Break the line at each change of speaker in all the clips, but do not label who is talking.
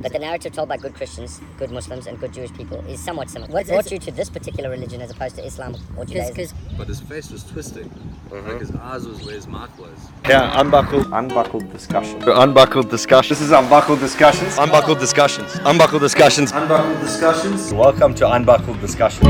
But the narrative told by good Christians, good Muslims, and good Jewish people is somewhat similar. What brought you to this particular religion as opposed to Islam or Judaism?
Because
But his face was twisting. Like his eyes was where his mouth was.
Yeah, unbuckled.
Unbuckled discussion.
Unbuckled discussions.
This is Unbuckled Discussions.
Unbuckled discussions. Unbuckled discussions.
Unbuckled Discussions. Welcome to Unbuckled Discussions.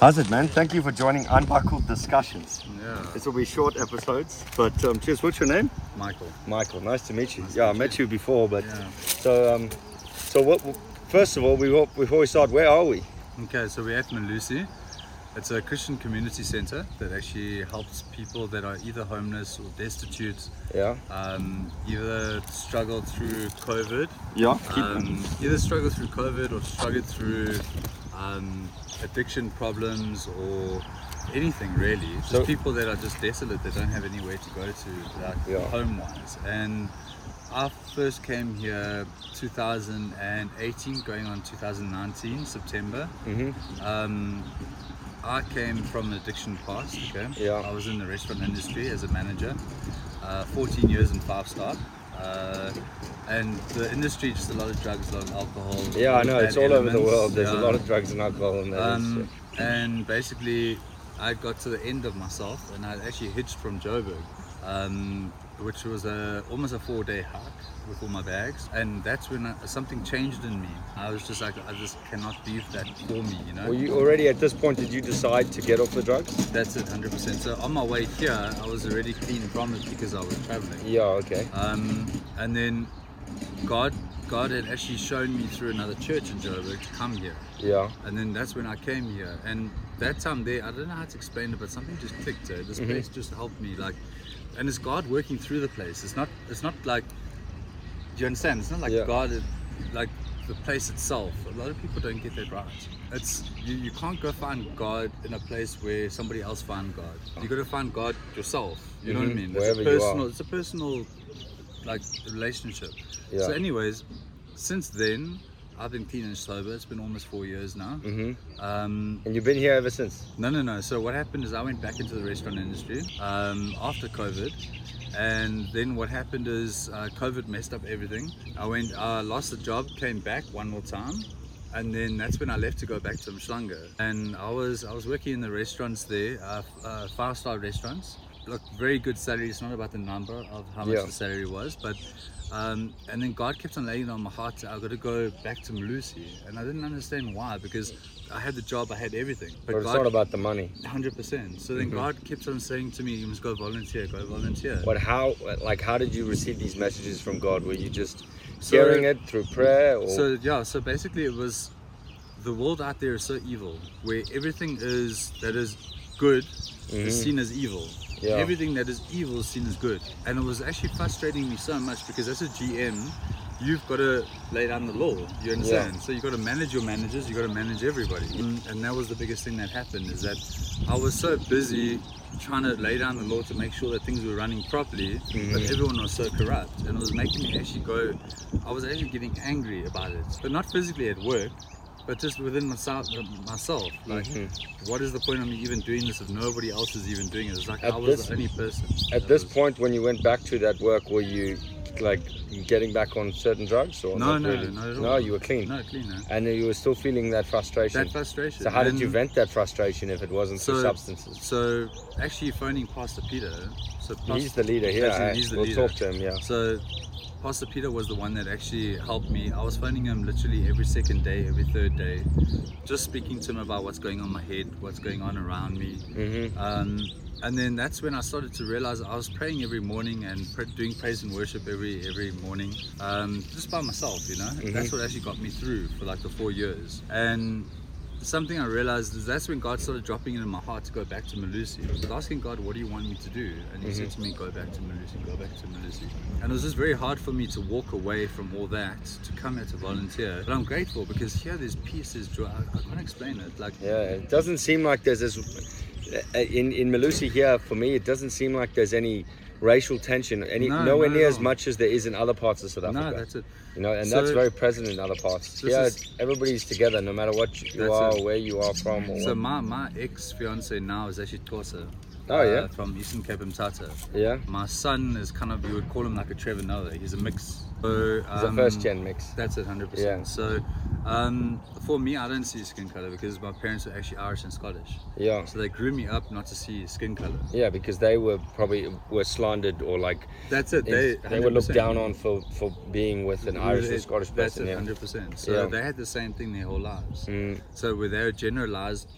How's it, man? Thank you for joining Unbuckled Discussions.
Yeah.
This will be short episodes, but um, cheers. What's your name?
Michael.
Michael. Nice to meet you. yeah, I met you before, but
Yeah.
so um, so what? First of all, we wa- before we start, where are we?
Okay, so we're at Malusi. It's a Christian community center that actually helps people that are either homeless or destitute,
Yeah,
um, either struggled through COVID,
yeah.
um, either struggled through COVID or struggled through um, addiction problems or anything really. Just
So-
people that are just desolate, they don't have anywhere to go to, like
Yeah.
home wise. And I first came here 2018, going on 2019, September.
hmm
Um, I came from an addiction past. Okay,
Yeah.
I was in the restaurant industry as a manager, uh, 14 years in five star, uh, and the industry just a lot of drugs, a lot of alcohol.
Yeah, I know. It's all
bad
over the
elements.
world. There's a
Yeah.
lot of drugs and alcohol in there.
Um, and basically, I got to the end of myself, and I actually hitched from Joburg, um, which was a, almost a four-day hike with all my bags. And that's when I, something changed in me. I was just like, I just cannot leave that for me, you know.
Were you already at this point? Did you decide to get off the drugs?
That's it, 100%. So on my way here, I was already clean from it because I was traveling.
Yeah. Okay.
Um, and then God, God had actually shown me through another church in Joburg to come here.
Yeah.
And then that's when I came here. And that time there, I don't know how to explain it, but something just clicked. eh? This
Mm-hmm.
place just helped me. Like, and it's God working through the place. It's not. It's not like. Do you understand? It's not like
Yeah.
God, is- like the place itself. A lot of people don't get that right. It's you, you can't go find God in a place where somebody else found God. You got to find God yourself. You know what I
Mhm.
mean?
Ah. Wherever
it's
you
a
are.
personal. It's a personal, like relationship.
Yeah.
So, anyways, since then, I've been clean and sober. It's been almost four years now.
hmm
Um,
And you've been here ever since.
no, no, no. So what happened is I went back into the restaurant industry um, after COVID, and then what happened is uh, COVID messed up everything. I went, I lost the job, came back one more time, and then that's when I left to go back to Mshlanga. And I was I was working in the restaurants there, uh, uh, five star restaurants. Look, very good salary. It's not about the number of how much
Yeah.
the salary was, but. Um, and then God kept on laying it on my heart. I got to go back to Malusi, and I didn't understand why because I had the job, I had everything.
But, it's
God
not about the money.
Hundred percent. So then God kept on saying to me, "You must go volunteer, go volunteer."
But how? Like, how did you receive these messages from God? Were you just
So-
hearing it through prayer, or
So yeah, so basically it was the world out there is so evil, where everything is that is good is seen as evil.
Yeah.
Everything that is evil is seen as good, and it was actually frustrating me so much because as a GM, you've got to lay down the law. You understand? So you got to manage your managers, you got to manage everybody, Mm, and that was the biggest thing that happened is that I was so busy trying to lay down the law to make sure that things were running properly, but
Mm-hmm.
everyone was so corrupt, and it was making me actually go. I was actually getting angry about it, but not physically at work, but just within myself. Myself, like,
Mm-hmm.
what is the point of me even doing this if nobody else is even doing it? It's like
At
I was
this-
the only person.
at
that
this
was-
point when you went back to that work, were you like getting back on certain drugs, or
No,
not
no,
really?
not at all.
No, you were clean,
No, clean. No.
and then you were still feeling that frustration.
That frustration.
so how did
And
you vent that frustration if it wasn't through substances?
So actually, phoning Pastor Peter. So
He's the leader here.
Absolutely,
eh?
uh, he's the
we'll
leader.
talk to him. Yeah.
So, Pastor Peter was the one that actually helped me. I was phoning him literally every second day, every third day, just speaking to him about what's going on in my head, what's going on around me.
Mm-hmm.
Um, and then that's when I started to realize I was praying every morning and pr- doing praise and worship every every morning, um, just by myself, you know. And
Mm-hmm.
That's what actually got me through for like the four years. And something I realized is that's when God started dropping it in my heart to go back to Malusi. I was asking God, "What do you want me to do?" And He said
Mm-hmm.
to me, "Go back to Malusi. Go back to Malusi." And it was just very hard for me to walk away from all that to come here to volunteer. But I'm grateful because here there's peace, there's joy. I, I can't explain it. Like
Yeah, it uh, doesn't seem like there's this in in Malusi here for me. It doesn't seem like there's any racial tension, any,
No,
nowhere
not at
near as
all.
much as there is in other parts of South Africa.
No, that's it.
You know, and
So-
that's very present in other parts.
This
Yeah,
is-
everybody's together, no matter what you
That's
are,
it.
where you are from. Or
So
what.
my, my ex fiance now is actually Tosa. uh,
Oh, yeah?
From Eastern Cape Mtata.
Yeah,
My son is kind of you would call him like a Trevor Noah. He's a mix. So,
it's a
um,
first gen mix.
That's it, hundred
Yeah.
percent. So, um, for me, I don't see skin color because my parents are actually Irish and Scottish.
Yeah,
So they grew me up not to see skin color.
yeah, because they were probably were slandered or like
That's it. They
they, were looked
100%.
down on for for being with an Irish or
It-
Scottish
That's
person.
it,
Yeah.
hundred percent. So
Yeah.
they had the same thing their whole lives.
Mm,
So where they're generalized,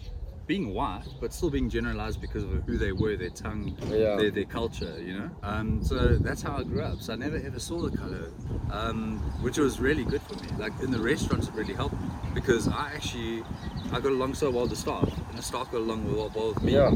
being white, but still being generalized because of who they were, their tongue,
Yeah.
their, their culture, you know. Um, so that's how I grew up. So I never ever saw the color, um, which was really good for me. Like in the restaurants, it really helped me because I actually I got along so well with the staff, and the staff got along well, well with me.
yeah,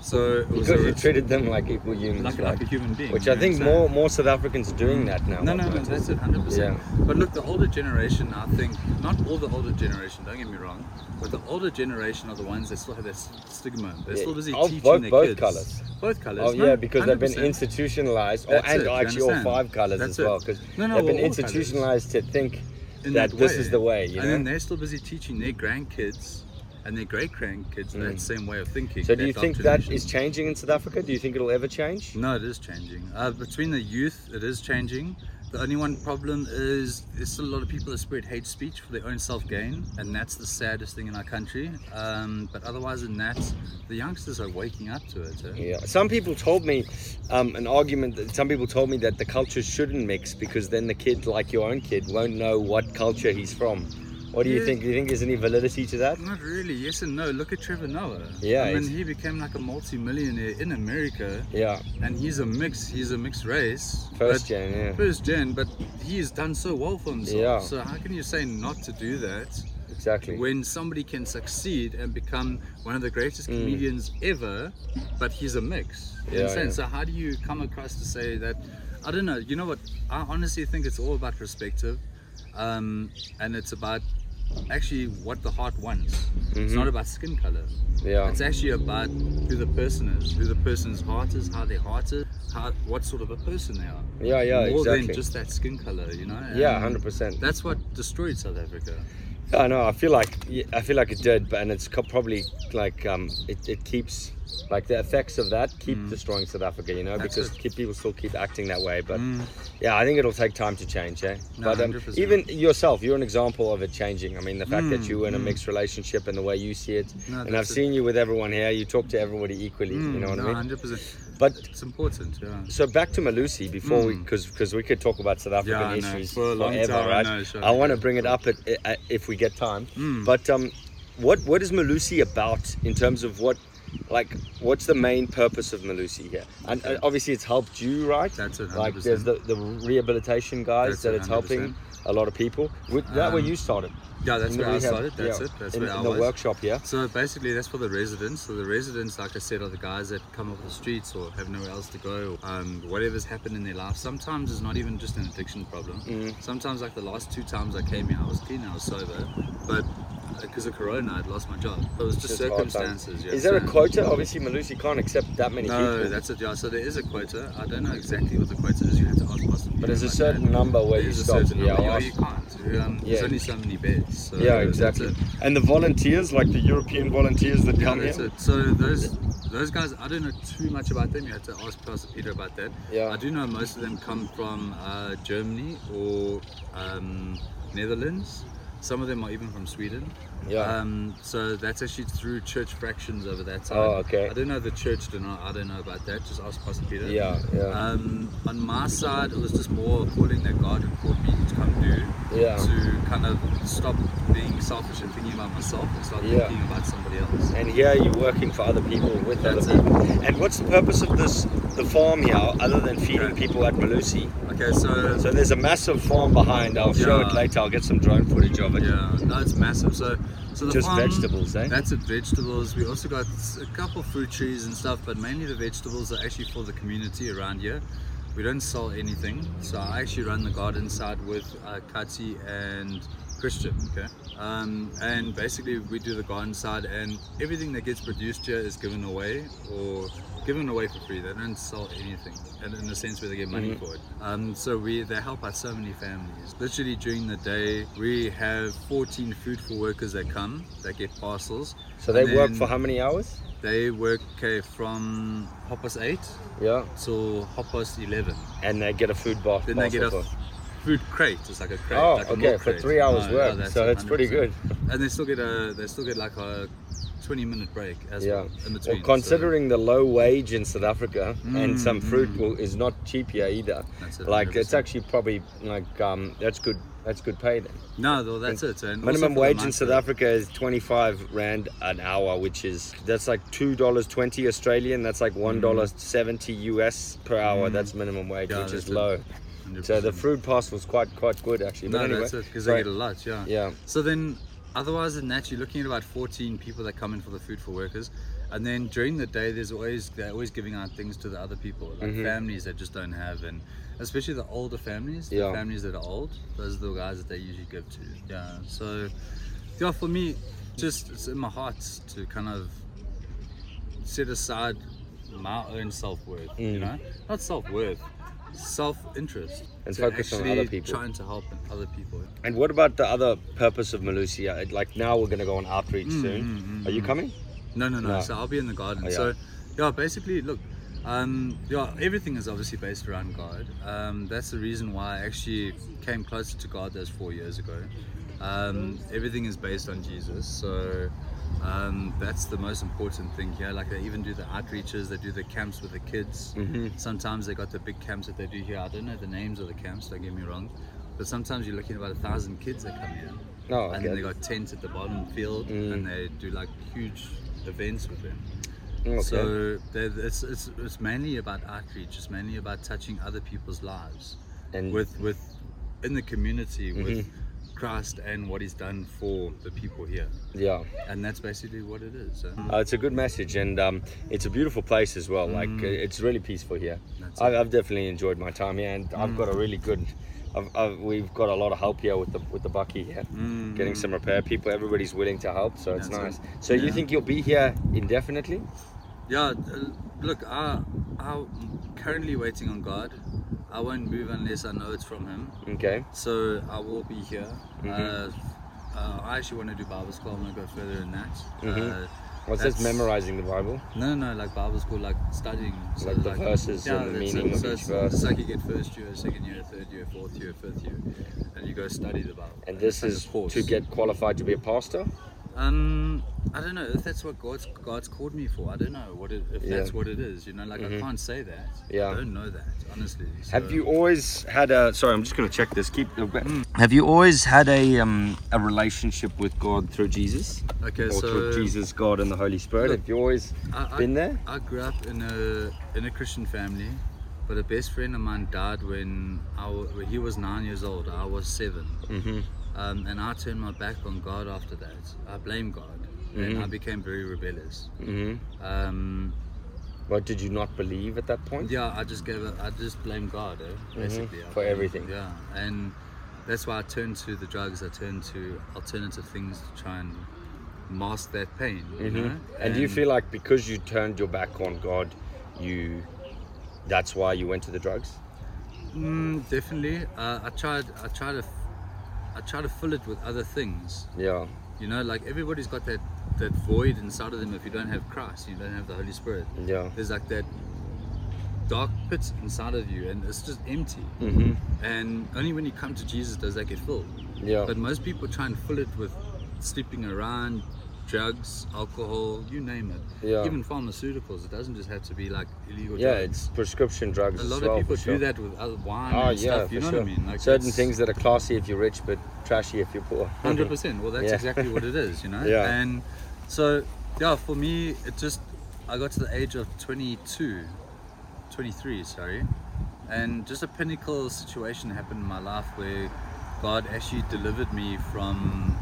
So it was
because
a-
you treated them like equal humans,
like,
right?
like a human being,
which
you
I
know
think
what I'm saying?
more more South Africans are doing that now.
No, no,
I've
no,
noticed.
that's it, hundred percent.
Yeah.
But look, the older generation, I think, not all the older generation. Don't get me wrong, but the older generation are the ones that still have that s- stigma. They're
Yeah,
still busy
of
teaching
both-
their
both
kids.
colours.
Both colors.
Oh yeah, because they've been
instituted.
institutionalized, oh,
That's
and
it,
oh,
you
actually all
understand?
five colors
That's
as well,
it.
because
No, no,
they've been
well, all colours.
institutionalized to think
in
that, this
way.
is the way. You
and
know?
then they're still busy teaching their grandkids and their great grandkids that same way of thinking.
Mm. so do you think that
indoctrination.
is changing in South Africa? Do you think it'll ever change?
No, it is changing. Uh, between the youth, it is changing. The only one problem is there's still a lot of people that spread hate speech for their own self gain, and that's the saddest thing in our country. Um, but otherwise, than that, the youngsters are waking up to it. eh?
Yeah. Some people told me um, an argument that some people told me that the cultures shouldn't mix because then the kid, like your own kid, won't know what culture he's from. What do you
Yeah.
think? Do you think there's any validity to that?
Not really. Yes and no. Look at Trevor Noah.
Yeah,
I mean,
he's-
he became like a multi-millionaire in America,
Yeah.
and he's a mix. He's a mixed race.
First
but-
gen. Yeah.
First gen, but he's done so well for himself.
Yeah.
So how can you say not to do that?
Exactly.
when somebody can succeed and become one of the greatest comedians ever, but he's a mix. You
Mm. Yeah,
understand?
yeah.
So how do you come across to say that? I don't know. You know what? I honestly think it's all about perspective, um, and it's about actually what the heart wants. It's not about skin color.
Mm-hmm. Yeah.
It's actually about who the person is, who the person's heart is, how their heart is, how what sort of a person they are.
Yeah. Yeah.
More
Exactly.
than just that skin color, you know.
yeah.
And
Hundred percent.
That's what destroyed South Africa.
I know. I feel like yeah, I feel like it did, but and it's co- probably like um, it, it keeps like the effects of that keep destroying South Africa, you know,
Mm. That's
because
it.
keep, people still keep acting that way. But
Mm.
yeah, I think it'll take time to change, eh?
No,
but
100%.
even yourself, you're an example of it changing. I mean, the fact that you were in a mixed relationship and the way you see it,
Mm, No,
and I've
that's it.
seen you with everyone here. You talk to everybody equally, you know what I mean?
Mm, Hundred percent.
But
It's important. Yeah.
so back to Malusi before we because because we could talk about South African
Hmm. Yeah, I know.
issues
For a long
forever,
time, I
right?
know, sure. Hmm.
I want to bring it up at, at, if we get time. But um, what what is Malusi about in terms of what like what's the main purpose of Malusi here? And uh, obviously it's helped you, right?
That's it,
Like there's
100%.
the, the rehabilitation guys
That's
that
it,
it's helping
100%.
a lot of people. Would that where
Um,
you started?
Yeah, that's
In the
where I
rehab-
started. That's
yeah,
it. That's
in,
where
in
I
the
was.
workshop here.
So basically, that's for the residents. So the residents, like I said, are the guys that come off the streets or have nowhere else to go, or um, whatever's happened in their life. Sometimes it's not even just an addiction problem.
Mm.
Sometimes, like the last two times I came here, I was clean, I was sober, but because of Corona, I'd lost my job. It was just,
Just hard times.
circumstances. you
Is there a
understand?
quota? Obviously, Malusi can't accept that many
No,
people.
that's it. Yeah, so there is a quota. I don't know exactly what the quota is. You have to ask. Pastor
But there's
Peter
a
about
certain
that.
number where you
There's a
stop.
certain
Yeah,
number.
I'll
Yeah,
ask-
you can't. Um,
Yeah.
There's only so many beds. So
Yeah,
that's
exactly.
it.
And the volunteers, like the European volunteers that
Yeah,
come
that's
here.
it. So those those guys, I don't know too much about them. You have to ask Pastor Peter about that.
Yeah.
I do know most of them come from uh, Germany or um, Netherlands. Some of them are even from Sweden.
Yeah.
Um, so that's actually through church fractions over that side.
Oh, okay.
I don't know the church. Do not. I don't know about that. Just ask Pastor Peter.
Yeah, yeah.
Um, on my side, it was just more a calling that God had called me to come do
Yeah.
to kind of stop being selfish and thinking about myself and start
Yeah.
thinking about somebody else.
and here you're working for other people with other
That's it.
people. And what's the purpose of this, the farm here, other than feeding people at Malusi?
Okay, so
So there's a massive farm behind. I'll show it
Yeah.
later. I'll get some drone footage of it.
yeah, no, it's massive. So, so the
Just
farm-
vegetables, eh?
That's it, vegetables. We also got a couple fruit trees and stuff, but mainly the vegetables are actually for the community around here. We don't sell anything, so I actually run the garden side with uh, Kati and Christian. Okay. Um, and basically, we do the garden side, and everything that gets produced here is given away or given away for free. They don't sell anything, and in a sense, where they get
Mm-hmm.
money for it. Um, so we they help out so many families. Literally during the day, we have 14 foodful workers that come that get parcels.
So they
and
work
then
for how many hours?
They work okay, from half past eight
Yeah.
till half past eleven.
And they get a food bar.
Then they get a
parcel for-
food crate. It's like a crate.
Oh,
like a
okay,
milk
for
crate.
three hours
No, no,
work.
that's
so it's pretty
100%.
good.
And they still get a they still get like a twenty minute break as
Yeah.
well in between.
Well,
so-
considering the low wage in South Africa and some
Mm,
fruit
mm.
will, is not cheap here either.
That's it,
Like it's
100%.
actually probably like um, that's good. That's good pay then.
no, though that's it. And also
Minimum
for the
wage in
month,
South
uh,
Africa is 25 rand an hour, which is that's like two dollars 20 Australian. That's like one dollar 70 US per hour. That's minimum wage,
Mm-hmm. Yeah,
which is
that's it.
low.
100%.
So the fruit parcel's quite quite good actually. But
No,
anyway,
that's it because
sorry.
they get a lot. Yeah.
yeah.
So then, otherwise than that, you're looking at about 14 people that come in for the food for workers, and then during the day, there's always they're always giving out things to the other people, like
Mm-hmm.
families that just don't have, and especially the older families,
Yeah.
the families that are old. Those are the guys that they usually give to. Yeah. So, yeah, for me, just it's in my heart to kind of set aside my own self worth.
Mm.
You know, not self worth. Self-interest
And
to
focus on other
actually
people.
Trying to help other people.
And what about the other purpose of Malusia? Like now we're gonna go on outreach
Mm-hmm,
soon. Are you coming?
No, no, no.
No.
So I'll be in the garden.
Oh, yeah.
So, yeah, basically, look, um, yeah, everything is obviously based around God. Um, that's the reason why I actually came closer to God those four years ago. Um, everything is based on Jesus. So, um, that's the most important thing here. Like, they even do the outreaches, they do the camps with the kids.
Mm-hmm.
Sometimes they got the big camps that they do here. I don't know the names of the camps, don't get me wrong. But sometimes you're looking at about a thousand kids that come here
No.
and then they
Oh, Okay. Mm.
got tents at the bottom field and they do like huge events with them
Mm, okay.
so they- it's, it's it's mainly about outreach it's mainly about touching other people's lives
and Mm-hmm.
with with in the community with christ and what he's done for the people here
yeah.
and that's basically what it is so.
Uh, it's a good message, and um, it's a beautiful place as well. Like uh, it's really peaceful here.
Mm. That's Mm.
I've, I've definitely enjoyed my time here, and I've got a really good. I've, I've, we've got a lot of help here with the with the bucky here, getting some repair people. Everybody's willing to help, so it's
Mm. That's
nice.
it.
So you
Yeah.
think you'll be here indefinitely?
yeah uh, look i i'm currently waiting on god i won't move unless i know it's from him
Okay.
So I will be here.
Mm-hmm.
Uh, uh, I actually want to do Bible school. I want to go further in that.
Mhm.
Uh,
What's this
That's-
memorizing the Bible?
no, no, like Bible school, like studying. So
Like the verses and the
that's
meaning
it.
of
so
each
it's,
verse.
It's like you get first year, second year, third year, fourth year, fifth year, and you go study the Bible.
And
it's
this
like a
is
course.
to get qualified to be a pastor.
Um, I don't know if that's what God's God's called me for. I don't know what it, if
Yeah. Mm-hmm.
that's what it is. You know, like I can't say that.
Yeah.
I don't know that honestly.
Have
so-
you always had a? Sorry, I'm just going to check this. Keep. Have you always had a um, a relationship with God through Jesus?
Okay,
or
so
through Jesus, God, and the Holy Spirit.
Look,
Have you always
I- I-
been there?
I grew up in a in a Christian family, but a best friend of mine died when I w- when he was nine years old. I was 7
Mhm.
um, and I turned my back on God after that. I blame God, and I became very rebellious.
Mm-hmm.
Um,
What did you not believe at that point?
yeah, I just gave up. I just blamed God, eh, basically, I
Mm-hmm. For
blamed-
everything.
Yeah, and that's why I turned to the drugs. I turned to alternative things to try and mask that pain. You know?
Mm-hmm. And, do you feel like because you turned your back on God, you that's why you went to the drugs?
Mm, definitely. Uh, I tried. I tried to. f- I try to fill it with other things.
Yeah.
You know, like everybody's got that that void inside of them. If you don't have Christ, you don't have the Holy Spirit.
Yeah.
There's like that dark pit inside of you, and it's just empty.
Mm-hmm.
And only when you come to Jesus does that get filled.
Yeah.
But most people try and fill it with sleeping around, drugs, alcohol, you name it.
Yeah.
Even pharmaceuticals. It doesn't just have to be like illegal.
yeah,
drugs.
it's prescription drugs
a
as
lot
well,
of people
for sure.
do that with other wine
Oh
and
yeah,
stuff. You
for
know
sure.
what I mean? Like
Certain
it's-
things that are classy if you're rich, but trashy if you're poor.
Hundred percent. Well, that's
Yeah.
exactly what it is, you know.
Yeah.
And so, yeah, for me, it just I got to the age of 22, 23, sorry, and just a pinnacle situation happened in my life where God actually delivered me from.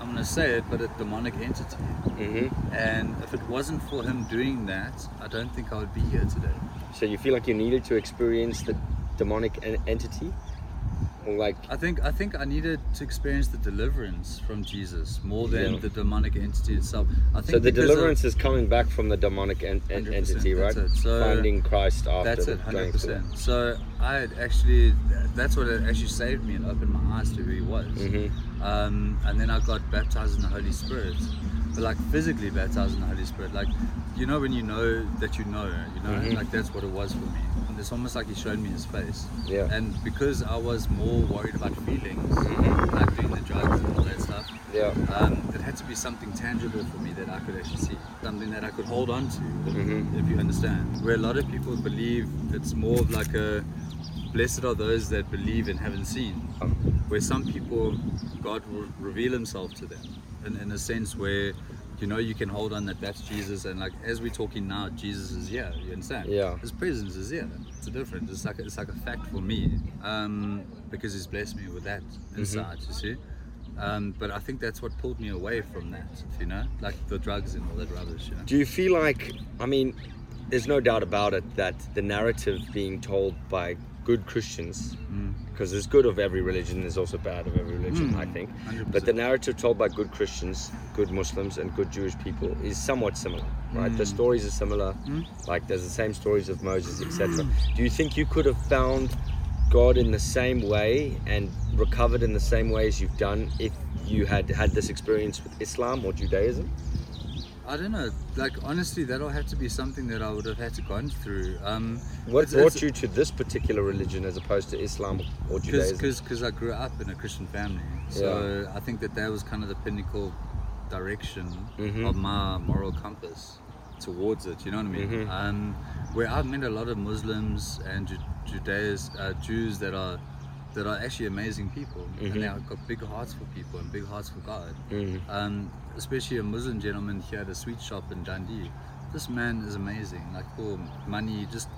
I'm gonna say it, but a demonic entity.
hmm
And if it wasn't for Him doing that, I don't think I would be here today.
So you feel like you needed to experience the demonic en- entity? Or like,
I think I think I needed to experience the deliverance from Jesus more than
Yeah.
the demonic entity itself. I think
so the
because of-
deliverance is coming back from the demonic en- en-
100%,
entity, right?
that's it. So-
Finding Christ after
That's it,
going through
hundred
that.
percent. So I had actually, that's what it actually saved me and opened my eyes to who He was.
Mm-hmm.
Um, and then I got baptized in the Holy Spirit, but like physically baptized in the Holy Spirit. Like, you know, when you know that you know, you know,
Mm-hmm.
like that's what it was for me. And it's almost like He showed me His face.
Yeah.
And because I was more worried about feelings,
Mm-hmm.
like doing the drugs and all that stuff.
Yeah.
Um, it had to be something tangible for me that I could actually see, something that I could hold on to, if, if you understand. Where a lot of people believe it's more of like a blessed are those that believe and haven't seen,
Um,
where some people, God will reveal Himself to them in, in a sense where. You know, you can hold on that that's Jesus, and like as we're talking now, Jesus is here. You understand?
Yeah.
His presence is here. It's different. It's like it's like a fact for me, um, because He's blessed me with that
Mm-hmm.
insight. You see, um, but I think that's what pulled me away from that, you know, like the drugs and all that rubbish, you know.
Do you feel like, I mean, there's no doubt about it that the narrative being told by good Christians, because there's good of every religion, there's also bad of every religion, I think. But the narrative told by good Christians, good Muslims, and good Jewish people is somewhat similar, right? The stories are similar, like there's the same stories of Moses, etc. Do you think you could have found God in the same way and recovered in the same way as you've done if you had had this experience with Islam or Judaism?
I don't know. Like honestly, that'll have to be something that I would have had to gone through. Um,
What
it's-
brought
it's-
you to this particular religion as opposed to Islam or Judaism?
because because I grew up in a Christian family, so I think that that was kind of the pinnacle direction of my moral compass towards it. You know what I mean? Um, where I've met a lot of Muslims and Ju- Judeas, uh, Jews that are that are actually amazing people, and they've got big hearts for people and big hearts for God. Um, especially a Muslim gentleman here at a sweet shop in Dundee. This man is amazing. Like for money, just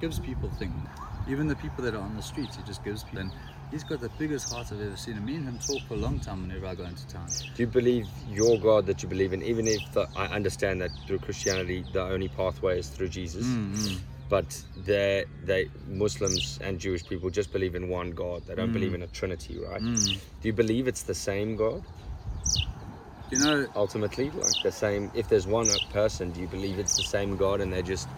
gives people things. Even the people that are on the streets, he just gives them. He's got the biggest heart I've ever seen. And me and him talk for a long time whenever I go into town.
Do you believe your God that you believe in, even if the, I understand that through Christianity the only pathway is through Jesus,
Mm,
but they they Muslims and Jewish people just believe in one God. They don't
Mm.
believe in a Trinity, right? Do you believe it's the same God
You know,
ultimately, like the same? If there's one person, do you believe it's the same God and they're just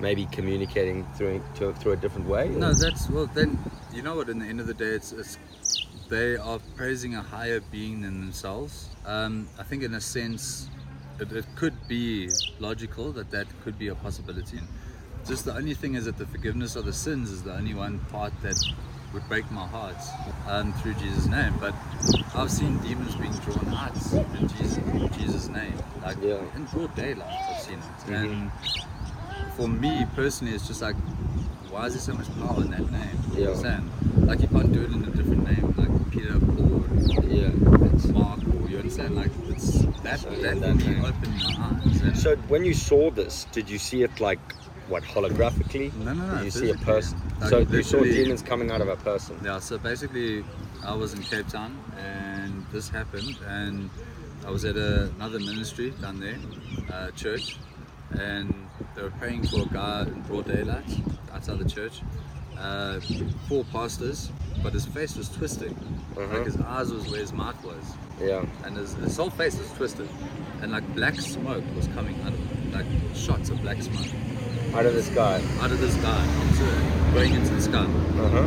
maybe communicating through to, through a different way? or-
no, that's well. Then you know what? In the end of the day, it's, it's they are praising a higher being than themselves. Um, I think, in a sense, it, it could be logical that that could be a possibility. Just the only thing is that the forgiveness of the sins is the only one part that would break my heart um, through Jesus' name. But I've seen demons being drawn out in Jesus, in Jesus' name, like
Yeah. Mm-hmm.
in broad daylight. I've seen it, and for me personally, it's just like, why is there so much power in that name? You
Yeah.
understand? Like you can't do it in a different name, like Peter, Paul,
Yeah.
Mark, or you understand? Like it's that
So,
that,
yeah,
for
that
me
name.
opened my eyes. And
So when you saw this, did you see it like what holographically?
No, no, no,
Did you see a
physically.
person?
Like,
so you saw
literally-
demons coming out of a person.
yeah, so basically, I was in Cape Town, and this happened, and I was at a, another ministry down there, uh, church, and they were praying for a guy in broad daylight outside the church. Uh, four pastors, but his face was twisting, like his eyes was where his mouth was
Yeah.
and his, his whole face was twisted, and like black smoke was coming out of him, like shots of black smoke
Out of the sky.
out of this guy into going into the sky.
Uh
Uh-huh.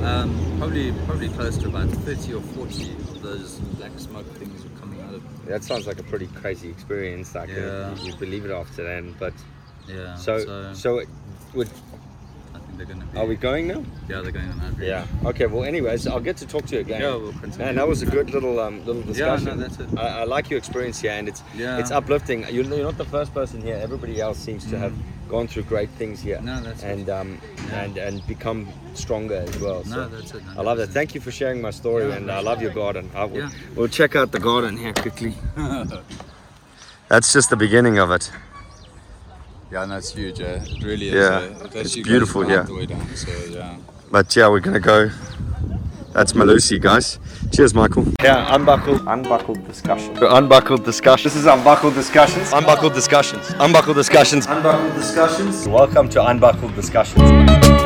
huh.
Um, probably probably close to about thirty or forty of those black smoke things were coming out of.
That sounds like a pretty crazy experience. Like uh,
Yeah.
you believe it after then, but
Yeah.
so
So,
so, it, would,
I think they're gonna be.
are we going now?
Yeah, they're going on that. route.
Yeah. Okay. Well, anyways, I'll get to talk to you again.
Yeah, we'll continue.
Man, that was a good little um, little discussion.
that's it.
I, I like your experience here, and it's
Yeah.
it's uplifting. You're, you're not the first person here. Everybody else seems to have gone through great things here.
Mm. No, that's it.
and um, and and become stronger as well.
No,
so
that's it.
I love that.
100%.
Thank you for sharing my story,
Yeah,
and
no
I love your garden. I will,
Yeah.
We'll check out the garden here quickly. That's just the beginning of it.
Yeah, no, it's huge. Eh? It really is.
Yeah,
eh? It
it's
actually goes
beautiful,
right
yeah.
The way down, so yeah.
But yeah, we're gonna go. That's Malusi, guys. Cheers, Michael. Yeah, unbuckled, unbuckled discussion. Unbuckled discussion. This is unbuckled discussions. Unbuckled discussions. Unbuckled discussions. Unbuckled discussions. Welcome to Unbuckled Discussions.